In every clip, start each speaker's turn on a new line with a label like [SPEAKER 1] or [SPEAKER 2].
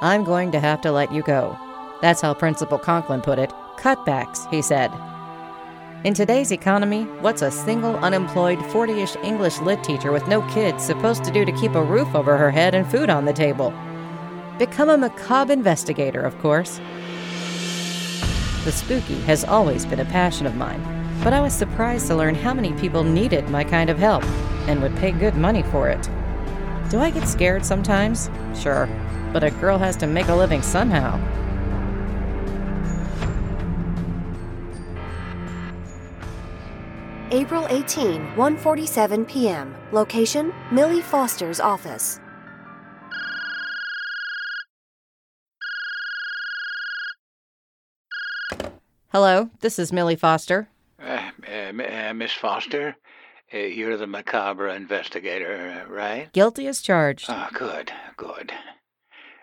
[SPEAKER 1] I'm going to have to let you go. That's how Principal Conklin put it. Cutbacks, he said. In today's economy, what's a single unemployed 40 ish English lit teacher with no kids supposed to do to keep a roof over her head and food on the table? Become a macabre investigator, of course. The spooky has always been a passion of mine, but I was surprised to learn how many people needed my kind of help and would pay good money for it. Do I get scared sometimes? Sure, but a girl has to make a living somehow.
[SPEAKER 2] April 18, 1:47 p.m. Location: Millie Foster's office.
[SPEAKER 1] Hello, this is Millie Foster.
[SPEAKER 3] Uh, m- uh, Miss Foster, uh, you're the macabre investigator, uh, right?
[SPEAKER 1] Guilty as charged.
[SPEAKER 3] Ah, good, good.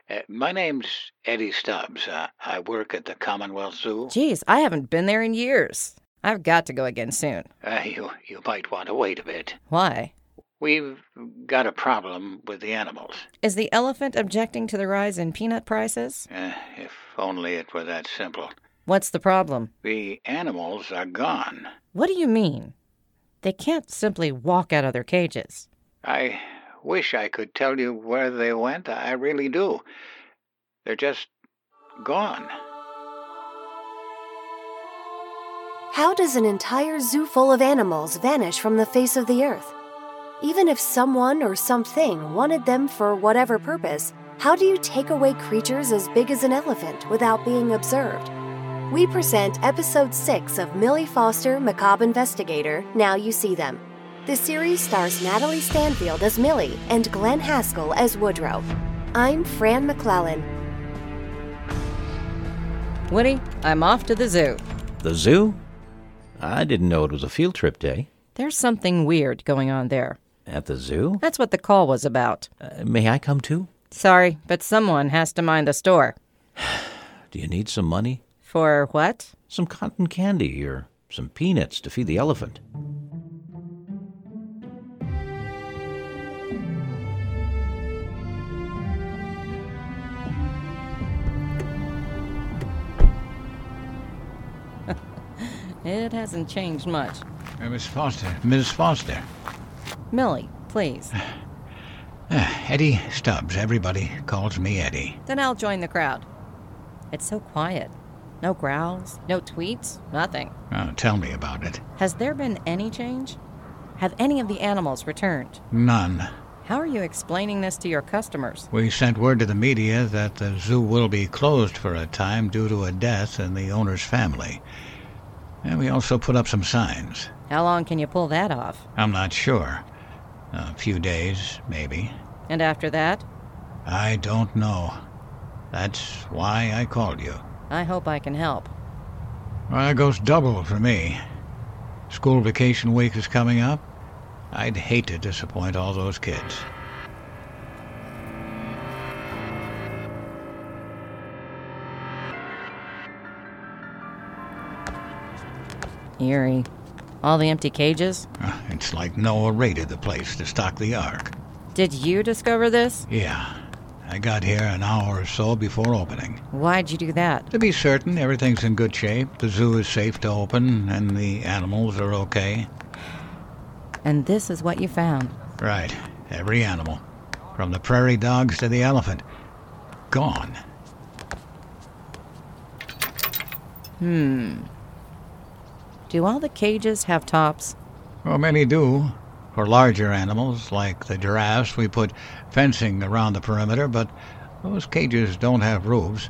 [SPEAKER 3] Uh, my name's Eddie Stubbs. Uh, I work at the Commonwealth Zoo.
[SPEAKER 1] Geez, I haven't been there in years. I've got to go again soon.
[SPEAKER 3] Uh, you, you might want to wait a bit.
[SPEAKER 1] Why?
[SPEAKER 3] We've got a problem with the animals.
[SPEAKER 1] Is the elephant objecting to the rise in peanut prices?
[SPEAKER 3] Uh, if only it were that simple.
[SPEAKER 1] What's the problem?
[SPEAKER 3] The animals are gone.
[SPEAKER 1] What do you mean? They can't simply walk out of their cages.
[SPEAKER 3] I wish I could tell you where they went. I really do. They're just gone.
[SPEAKER 2] How does an entire zoo full of animals vanish from the face of the earth? Even if someone or something wanted them for whatever purpose, how do you take away creatures as big as an elephant without being observed? We present episode 6 of Millie Foster, Macabre Investigator Now You See Them. The series stars Natalie Stanfield as Millie and Glenn Haskell as Woodrow. I'm Fran McClellan.
[SPEAKER 1] Woody, I'm off to the zoo.
[SPEAKER 4] The zoo? I didn't know it was a field trip day.
[SPEAKER 1] There's something weird going on there.
[SPEAKER 4] At the zoo?
[SPEAKER 1] That's what the call was about.
[SPEAKER 4] Uh, may I come too?
[SPEAKER 1] Sorry, but someone has to mind the store.
[SPEAKER 4] Do you need some money?
[SPEAKER 1] For what?
[SPEAKER 4] Some cotton candy or some peanuts to feed the elephant?
[SPEAKER 1] It hasn't changed much.
[SPEAKER 3] Uh, Miss Foster, Miss Foster.
[SPEAKER 1] Millie, please.
[SPEAKER 3] Uh, Eddie Stubbs. Everybody calls me Eddie.
[SPEAKER 1] Then I'll join the crowd. It's so quiet. No growls, no tweets, nothing.
[SPEAKER 3] Uh, tell me about it.
[SPEAKER 1] Has there been any change? Have any of the animals returned?
[SPEAKER 3] None.
[SPEAKER 1] How are you explaining this to your customers?
[SPEAKER 3] We sent word to the media that the zoo will be closed for a time due to a death in the owner's family. And we also put up some signs.
[SPEAKER 1] How long can you pull that off?
[SPEAKER 3] I'm not sure. A few days, maybe.
[SPEAKER 1] And after that,
[SPEAKER 3] I don't know. That's why I called you.
[SPEAKER 1] I hope I can help.
[SPEAKER 3] Well, it goes double for me. School vacation week is coming up. I'd hate to disappoint all those kids.
[SPEAKER 1] Eerie. All the empty cages?
[SPEAKER 3] Uh, It's like Noah raided the place to stock the ark.
[SPEAKER 1] Did you discover this?
[SPEAKER 3] Yeah, I got here an hour or so before opening.
[SPEAKER 1] Why'd you do that?
[SPEAKER 3] To be certain everything's in good shape, the zoo is safe to open, and the animals are okay.
[SPEAKER 1] And this is what you found.
[SPEAKER 3] Right, every animal, from the prairie dogs to the elephant, gone.
[SPEAKER 1] Do all the cages have tops?
[SPEAKER 3] Well, many do. For larger animals, like the giraffes, we put fencing around the perimeter, but those cages don't have roofs.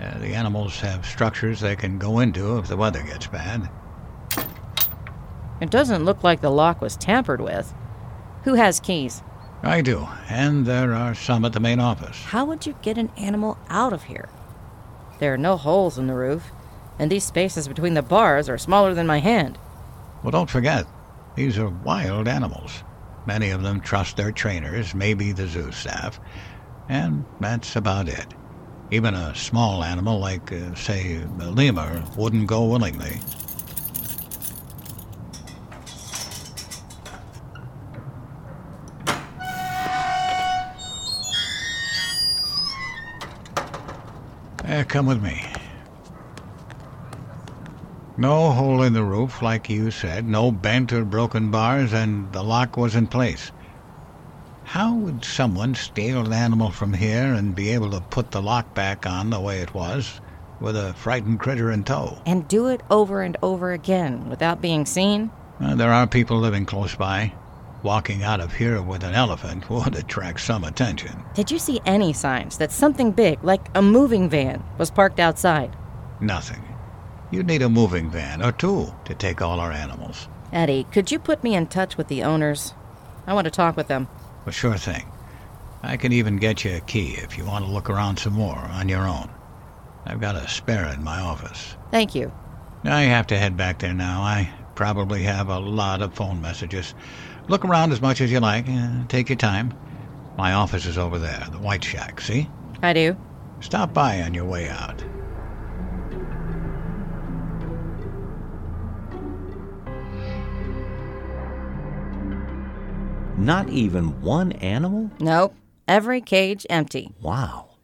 [SPEAKER 3] Uh, the animals have structures they can go into if the weather gets bad.
[SPEAKER 1] It doesn't look like the lock was tampered with. Who has keys?
[SPEAKER 3] I do, and there are some at the main office.
[SPEAKER 1] How would you get an animal out of here? There are no holes in the roof, and these spaces between the bars are smaller than my hand.
[SPEAKER 3] Well, don't forget, these are wild animals. Many of them trust their trainers, maybe the zoo staff, and that's about it. Even a small animal like, uh, say, a lemur wouldn't go willingly. Eh, come with me. No hole in the roof, like you said, no bent or broken bars, and the lock was in place. How would someone steal an animal from here and be able to put the lock back on the way it was, with a frightened critter in tow?
[SPEAKER 1] And do it over and over again without being seen?
[SPEAKER 3] Uh, there are people living close by. Walking out of here with an elephant would attract some attention.
[SPEAKER 1] Did you see any signs that something big, like a moving van, was parked outside?
[SPEAKER 3] Nothing. You'd need a moving van or two to take all our animals.
[SPEAKER 1] Eddie, could you put me in touch with the owners? I want to talk with them.
[SPEAKER 3] Well, sure thing. I can even get you a key if you want to look around some more on your own. I've got a spare in my office.
[SPEAKER 1] Thank you.
[SPEAKER 3] I have to head back there now. I probably have a lot of phone messages. Look around as much as you like. uh, Take your time. My office is over there, the White Shack, see?
[SPEAKER 1] I do.
[SPEAKER 3] Stop by on your way out.
[SPEAKER 4] Not even one animal?
[SPEAKER 1] Nope. Every cage empty.
[SPEAKER 4] Wow.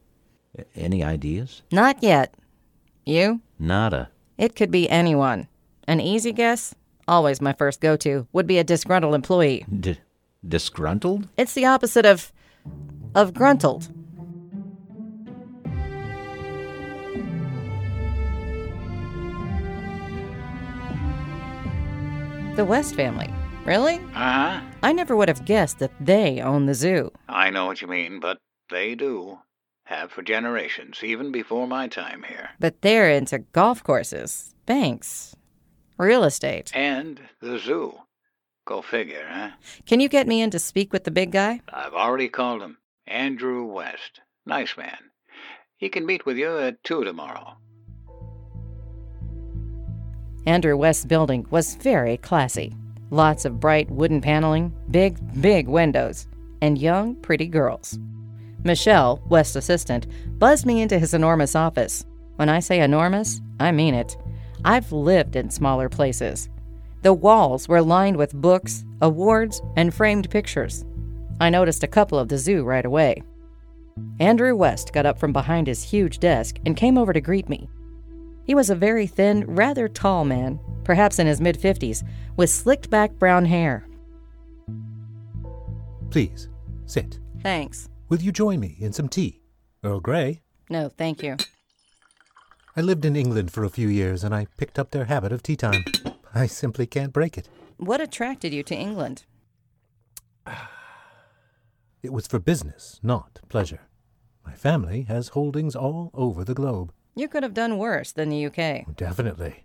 [SPEAKER 4] A- Any ideas?
[SPEAKER 1] Not yet. You?
[SPEAKER 4] Nada.
[SPEAKER 1] It could be anyone. An easy guess, always my first go to, would be a disgruntled employee.
[SPEAKER 4] D- disgruntled?
[SPEAKER 1] It's the opposite of. of gruntled. The West family. Really?
[SPEAKER 3] Uh huh.
[SPEAKER 1] I never would have guessed that they own the zoo.
[SPEAKER 3] I know what you mean, but they do. Have for generations, even before my time here.
[SPEAKER 1] But they're into golf courses, banks, real estate.
[SPEAKER 3] And the zoo. Go figure, huh?
[SPEAKER 1] Can you get me in to speak with the big guy?
[SPEAKER 3] I've already called him. Andrew West. Nice man. He can meet with you at 2 tomorrow.
[SPEAKER 1] Andrew West's building was very classy. Lots of bright wooden paneling, big, big windows, and young, pretty girls. Michelle, West's assistant, buzzed me into his enormous office. When I say enormous, I mean it. I've lived in smaller places. The walls were lined with books, awards, and framed pictures. I noticed a couple of the zoo right away. Andrew West got up from behind his huge desk and came over to greet me. He was a very thin, rather tall man, perhaps in his mid 50s, with slicked back brown hair.
[SPEAKER 5] Please, sit.
[SPEAKER 1] Thanks.
[SPEAKER 5] Will you join me in some tea? Earl Grey?
[SPEAKER 1] No, thank you.
[SPEAKER 5] I lived in England for a few years and I picked up their habit of tea time. I simply can't break it.
[SPEAKER 1] What attracted you to England?
[SPEAKER 5] It was for business, not pleasure. My family has holdings all over the globe.
[SPEAKER 1] You could have done worse than the UK.
[SPEAKER 5] Definitely.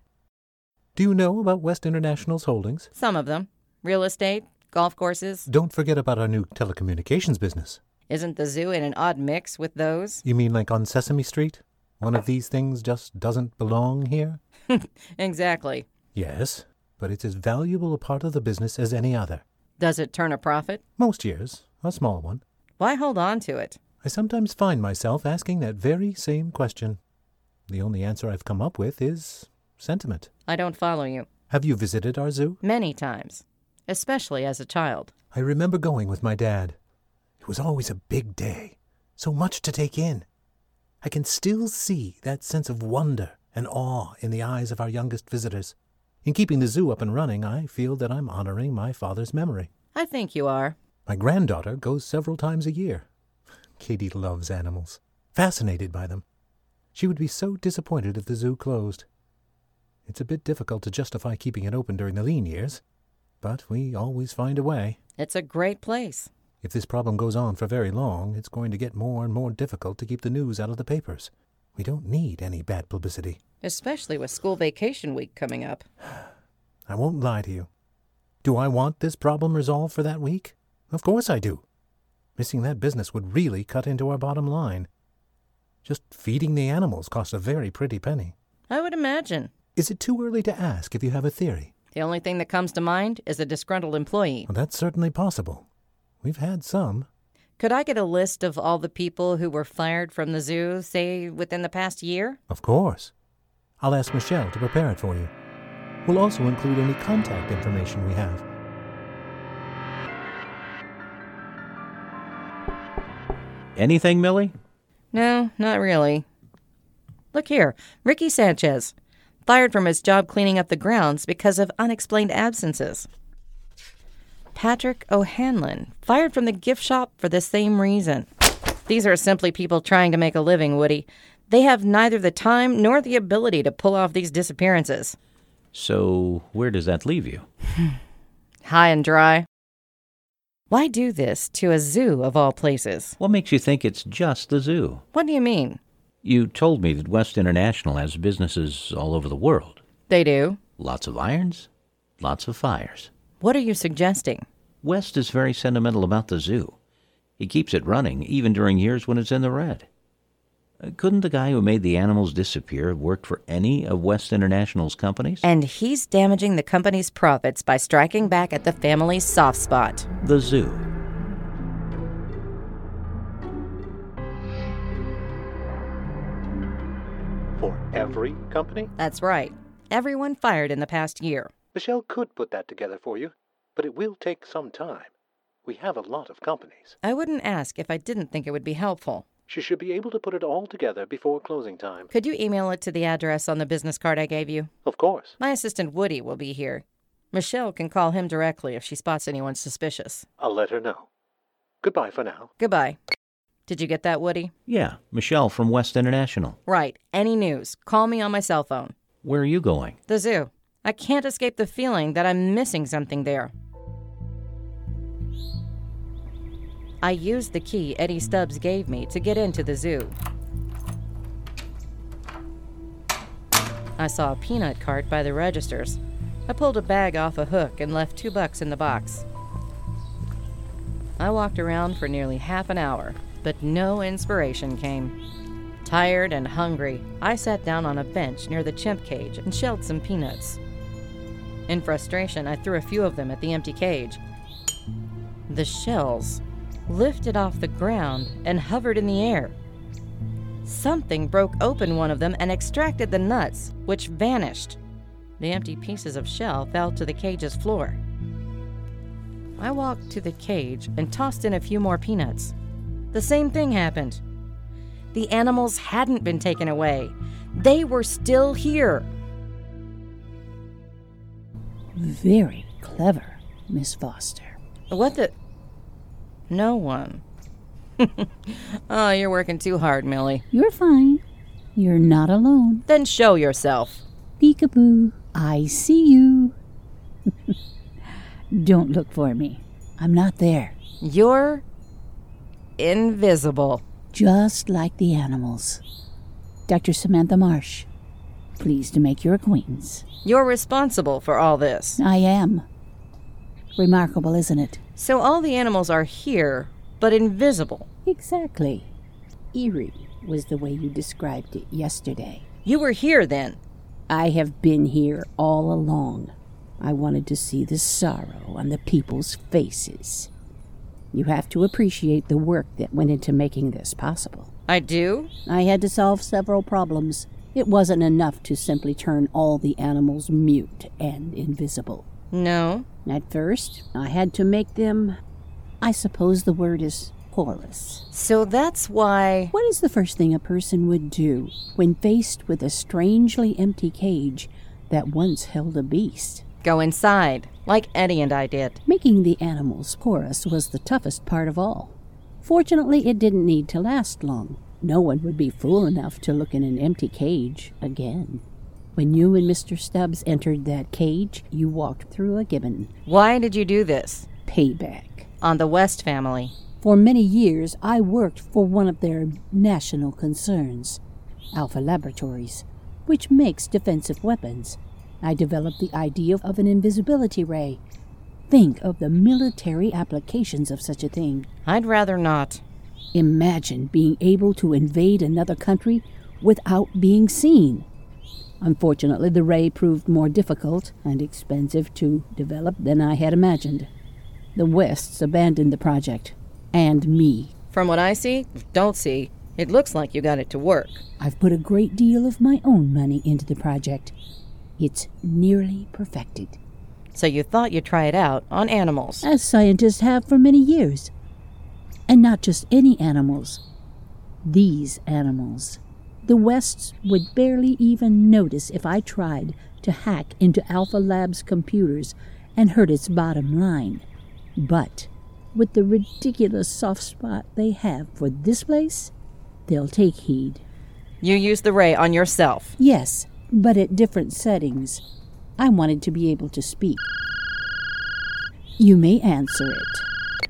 [SPEAKER 5] Do you know about West International's holdings?
[SPEAKER 1] Some of them real estate, golf courses.
[SPEAKER 5] Don't forget about our new telecommunications business.
[SPEAKER 1] Isn't the zoo in an odd mix with those?
[SPEAKER 5] You mean like on Sesame Street? One of these things just doesn't belong here?
[SPEAKER 1] exactly.
[SPEAKER 5] Yes, but it's as valuable a part of the business as any other.
[SPEAKER 1] Does it turn a profit?
[SPEAKER 5] Most years, a small one.
[SPEAKER 1] Why hold on to it?
[SPEAKER 5] I sometimes find myself asking that very same question. The only answer I've come up with is sentiment.
[SPEAKER 1] I don't follow you.
[SPEAKER 5] Have you visited our zoo?
[SPEAKER 1] Many times, especially as a child.
[SPEAKER 5] I remember going with my dad. It was always a big day, so much to take in. I can still see that sense of wonder and awe in the eyes of our youngest visitors. In keeping the zoo up and running, I feel that I'm honoring my father's memory.
[SPEAKER 1] I think you are.
[SPEAKER 5] My granddaughter goes several times a year. Katie loves animals, fascinated by them. She would be so disappointed if the zoo closed. It's a bit difficult to justify keeping it open during the lean years, but we always find a way.
[SPEAKER 1] It's a great place.
[SPEAKER 5] If this problem goes on for very long, it's going to get more and more difficult to keep the news out of the papers. We don't need any bad publicity.
[SPEAKER 1] Especially with school vacation week coming up.
[SPEAKER 5] I won't lie to you. Do I want this problem resolved for that week? Of course I do. Missing that business would really cut into our bottom line. Just feeding the animals costs a very pretty penny.
[SPEAKER 1] I would imagine.
[SPEAKER 5] Is it too early to ask if you have a theory?
[SPEAKER 1] The only thing that comes to mind is a disgruntled employee.
[SPEAKER 5] Well, that's certainly possible. We've had some.
[SPEAKER 1] Could I get a list of all the people who were fired from the zoo, say, within the past year?
[SPEAKER 5] Of course. I'll ask Michelle to prepare it for you. We'll also include any contact information we have.
[SPEAKER 4] Anything, Millie?
[SPEAKER 1] No, not really. Look here, Ricky Sanchez, fired from his job cleaning up the grounds because of unexplained absences. Patrick O'Hanlon, fired from the gift shop for the same reason. These are simply people trying to make a living, Woody. They have neither the time nor the ability to pull off these disappearances.
[SPEAKER 4] So, where does that leave you?
[SPEAKER 1] High and dry. Why do this to a zoo of all places?
[SPEAKER 4] What makes you think it's just the zoo?
[SPEAKER 1] What do you mean?
[SPEAKER 4] You told me that West International has businesses all over the world.
[SPEAKER 1] They do.
[SPEAKER 4] Lots of irons, lots of fires.
[SPEAKER 1] What are you suggesting?
[SPEAKER 4] West is very sentimental about the zoo. He keeps it running even during years when it's in the red. Uh, Couldn't the guy who made the animals disappear have worked for any of West International's companies?
[SPEAKER 1] And he's damaging the company's profits by striking back at the family's soft spot.
[SPEAKER 4] the zoo.
[SPEAKER 6] For every company?
[SPEAKER 1] That's right. Everyone fired in the past year.
[SPEAKER 6] Michelle could put that together for you, but it will take some time. We have a lot of companies.
[SPEAKER 1] I wouldn't ask if I didn't think it would be helpful.
[SPEAKER 6] She should be able to put it all together before closing time.
[SPEAKER 1] Could you email it to the address on the business card I gave you?
[SPEAKER 6] Of course.
[SPEAKER 1] My assistant Woody will be here. Michelle can call him directly if she spots anyone suspicious.
[SPEAKER 6] I'll let her know. Goodbye for now.
[SPEAKER 1] Goodbye. Did you get that, Woody?
[SPEAKER 4] Yeah, Michelle from West International.
[SPEAKER 1] Right. Any news? Call me on my cell phone.
[SPEAKER 4] Where are you going?
[SPEAKER 1] The zoo. I can't escape the feeling that I'm missing something there. I used the key Eddie Stubbs gave me to get into the zoo. I saw a peanut cart by the registers. I pulled a bag off a hook and left two bucks in the box. I walked around for nearly half an hour, but no inspiration came. Tired and hungry, I sat down on a bench near the chimp cage and shelled some peanuts. In frustration, I threw a few of them at the empty cage. The shells lifted off the ground and hovered in the air. Something broke open one of them and extracted the nuts, which vanished. The empty pieces of shell fell to the cage's floor. I walked to the cage and tossed in a few more peanuts. The same thing happened. The animals hadn't been taken away. They were still here.
[SPEAKER 7] Very clever, Miss Foster.
[SPEAKER 1] What the? No one. oh, you're working too hard, Millie.
[SPEAKER 7] You're fine. You're not alone.
[SPEAKER 1] Then show yourself.
[SPEAKER 7] Peekaboo, I see you. Don't look for me. I'm not there.
[SPEAKER 1] You're invisible.
[SPEAKER 7] Just like the animals. Dr. Samantha Marsh, pleased to make your acquaintance.
[SPEAKER 1] You're responsible for all this.
[SPEAKER 7] I am. Remarkable, isn't it?
[SPEAKER 1] So all the animals are here, but invisible.
[SPEAKER 7] Exactly. Eerie was the way you described it yesterday.
[SPEAKER 1] You were here then.
[SPEAKER 7] I have been here all along. I wanted to see the sorrow on the people's faces. You have to appreciate the work that went into making this possible.
[SPEAKER 1] I do?
[SPEAKER 7] I had to solve several problems. It wasn't enough to simply turn all the animals mute and invisible.
[SPEAKER 1] No.
[SPEAKER 7] At first, I had to make them. I suppose the word is porous.
[SPEAKER 1] So that's why.
[SPEAKER 7] What is the first thing a person would do when faced with a strangely empty cage that once held a beast?
[SPEAKER 1] Go inside, like Eddie and I did.
[SPEAKER 7] Making the animals porous was the toughest part of all. Fortunately, it didn't need to last long. No one would be fool enough to look in an empty cage again. When you and Mr. Stubbs entered that cage, you walked through a gibbon.
[SPEAKER 1] Why did you do this?
[SPEAKER 7] Payback.
[SPEAKER 1] On the West family.
[SPEAKER 7] For many years, I worked for one of their national concerns, Alpha Laboratories, which makes defensive weapons. I developed the idea of an invisibility ray. Think of the military applications of such a thing.
[SPEAKER 1] I'd rather not.
[SPEAKER 7] Imagine being able to invade another country without being seen. Unfortunately, the ray proved more difficult and expensive to develop than I had imagined. The Wests abandoned the project, and me.
[SPEAKER 1] From what I see, don't see, it looks like you got it to work.
[SPEAKER 7] I've put a great deal of my own money into the project. It's nearly perfected,
[SPEAKER 1] So you thought you'd try it out on animals.
[SPEAKER 7] as scientists have for many years. And not just any animals, these animals. The Wests would barely even notice if I tried to hack into Alpha Lab's computers and hurt its bottom line. But with the ridiculous soft spot they have for this place, they'll take heed.
[SPEAKER 1] You used the ray on yourself.
[SPEAKER 7] Yes, but at different settings. I wanted to be able to speak. You may answer it.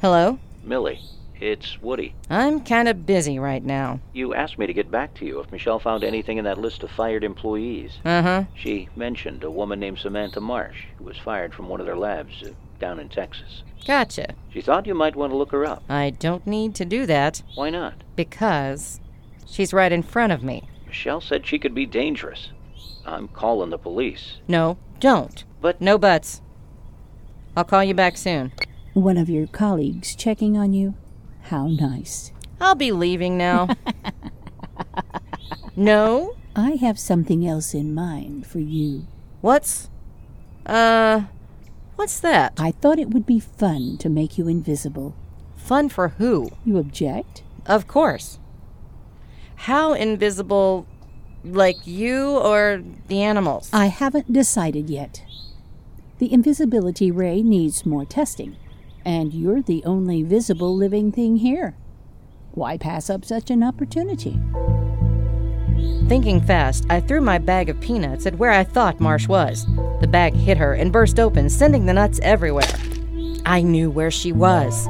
[SPEAKER 1] Hello?
[SPEAKER 4] Millie, it's Woody.
[SPEAKER 1] I'm kind of busy right now.
[SPEAKER 4] You asked me to get back to you if Michelle found anything in that list of fired employees.
[SPEAKER 1] Uh huh.
[SPEAKER 4] She mentioned a woman named Samantha Marsh, who was fired from one of their labs uh, down in Texas.
[SPEAKER 1] Gotcha.
[SPEAKER 4] She thought you might want to look her up.
[SPEAKER 1] I don't need to do that
[SPEAKER 4] Why not?
[SPEAKER 1] because she's right in front of me.
[SPEAKER 4] Michelle said she could be dangerous. I'm calling the police.
[SPEAKER 1] No, don't.
[SPEAKER 4] But
[SPEAKER 1] No buts. I'll call you back soon.
[SPEAKER 7] One of your colleagues checking on you? How nice.
[SPEAKER 1] I'll be leaving now. no?
[SPEAKER 7] I have something else in mind for you.
[SPEAKER 1] What's. Uh. What's that?
[SPEAKER 7] I thought it would be fun to make you invisible.
[SPEAKER 1] Fun for who?
[SPEAKER 7] You object?
[SPEAKER 1] Of course. How invisible. Like you or the animals?
[SPEAKER 7] I haven't decided yet. The invisibility ray needs more testing, and you're the only visible living thing here. Why pass up such an opportunity?
[SPEAKER 1] Thinking fast, I threw my bag of peanuts at where I thought Marsh was. The bag hit her and burst open, sending the nuts everywhere. I knew where she was.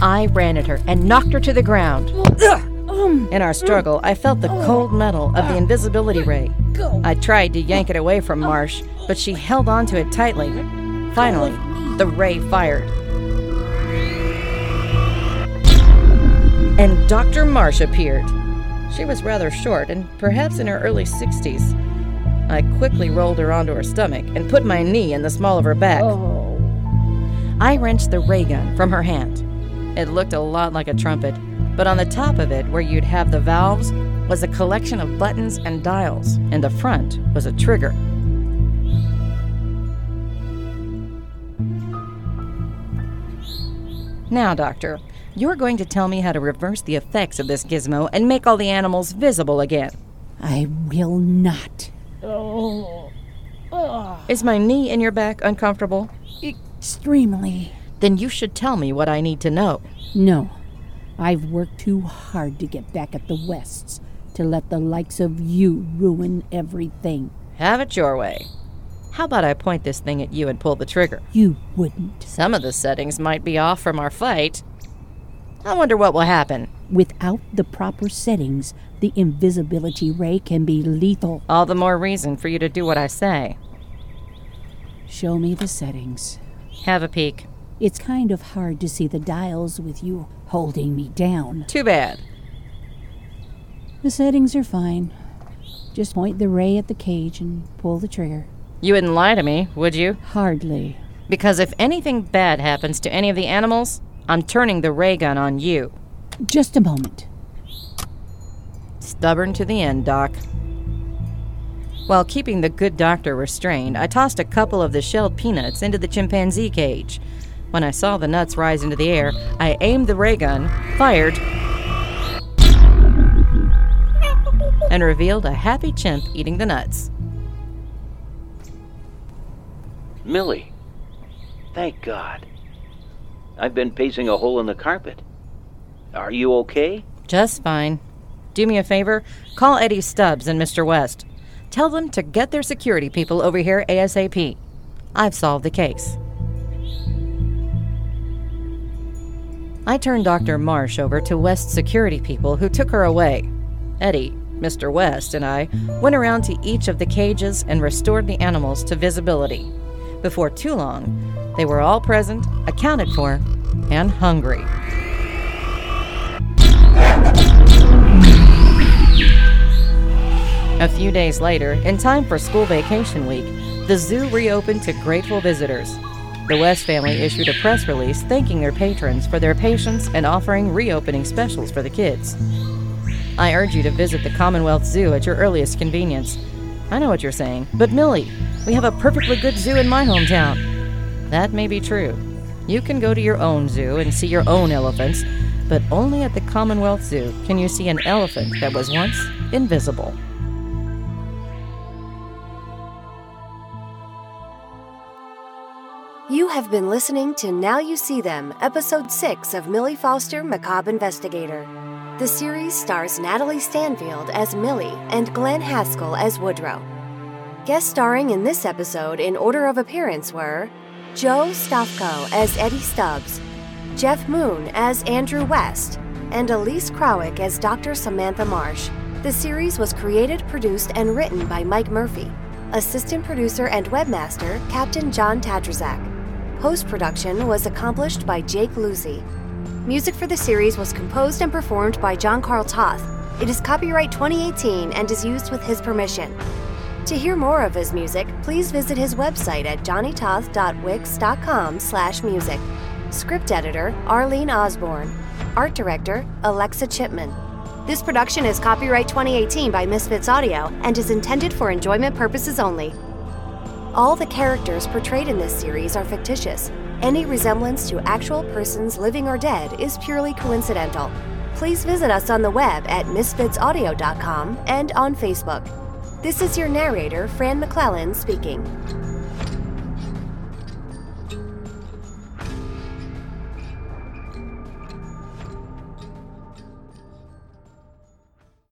[SPEAKER 1] I ran at her and knocked her to the ground. In our struggle, I felt the cold metal of the invisibility ray. I tried to yank it away from Marsh, but she held onto it tightly. Finally, the ray fired. And Dr. Marsh appeared. She was rather short and perhaps in her early 60s. I quickly rolled her onto her stomach and put my knee in the small of her back. I wrenched the ray gun from her hand. It looked a lot like a trumpet, but on the top of it, where you'd have the valves, was a collection of buttons and dials, and the front was a trigger. Now, Doctor, you're going to tell me how to reverse the effects of this gizmo and make all the animals visible again.
[SPEAKER 7] I will not.
[SPEAKER 1] Is my knee in your back uncomfortable?
[SPEAKER 7] Extremely.
[SPEAKER 1] Then you should tell me what I need to know.
[SPEAKER 7] No. I've worked too hard to get back at the Wests to let the likes of you ruin everything.
[SPEAKER 1] Have it your way. How about I point this thing at you and pull the trigger?
[SPEAKER 7] You wouldn't.
[SPEAKER 1] Some of the settings might be off from our fight. I wonder what will happen.
[SPEAKER 7] Without the proper settings, the invisibility ray can be lethal.
[SPEAKER 1] All the more reason for you to do what I say.
[SPEAKER 7] Show me the settings.
[SPEAKER 1] Have a peek.
[SPEAKER 7] It's kind of hard to see the dials with you holding me down.
[SPEAKER 1] Too bad.
[SPEAKER 7] The settings are fine. Just point the ray at the cage and pull the trigger.
[SPEAKER 1] You wouldn't lie to me, would you?
[SPEAKER 7] Hardly.
[SPEAKER 1] Because if anything bad happens to any of the animals, I'm turning the ray gun on you.
[SPEAKER 7] Just a moment.
[SPEAKER 1] Stubborn to the end, Doc. While keeping the good doctor restrained, I tossed a couple of the shelled peanuts into the chimpanzee cage. When I saw the nuts rise into the air, I aimed the ray gun, fired, and revealed a happy chimp eating the nuts.
[SPEAKER 4] Millie, thank God. I've been pacing a hole in the carpet. Are you okay?
[SPEAKER 1] Just fine. Do me a favor call Eddie Stubbs and Mr. West. Tell them to get their security people over here ASAP. I've solved the case. I turned Dr. Marsh over to West's security people who took her away. Eddie, Mr. West, and I went around to each of the cages and restored the animals to visibility. Before too long, they were all present, accounted for, and hungry. A few days later, in time for school vacation week, the zoo reopened to grateful visitors. The West family issued a press release thanking their patrons for their patience and offering reopening specials for the kids. I urge you to visit the Commonwealth Zoo at your earliest convenience. I know what you're saying, but Millie, we have a perfectly good zoo in my hometown. That may be true. You can go to your own zoo and see your own elephants, But only at the Commonwealth Zoo can you see an elephant that was once invisible.
[SPEAKER 2] You have been listening to Now You See Them, Episode 6 of Millie Foster Macabre Investigator. The series stars Natalie Stanfield as Millie and Glenn Haskell as Woodrow. Guest starring in this episode in order of appearance were Joe Stofko as Eddie Stubbs, Jeff Moon as Andrew West, and Elise Krawick as Dr. Samantha Marsh. The series was created, produced, and written by Mike Murphy, assistant producer and webmaster Captain John Tadrazak. Post production was accomplished by Jake Luzzi. Music for the series was composed and performed by John Carl Toth. It is copyright 2018 and is used with his permission. To hear more of his music, please visit his website at johnnytoth.wix.com slash music. Script editor, Arlene Osborne. Art director, Alexa Chipman. This production is copyright 2018 by Misfits Audio and is intended for enjoyment purposes only. All the characters portrayed in this series are fictitious. Any resemblance to actual persons living or dead is purely coincidental. Please visit us on the web at misfitsaudio.com and on Facebook. This is your narrator, Fran McClellan, speaking.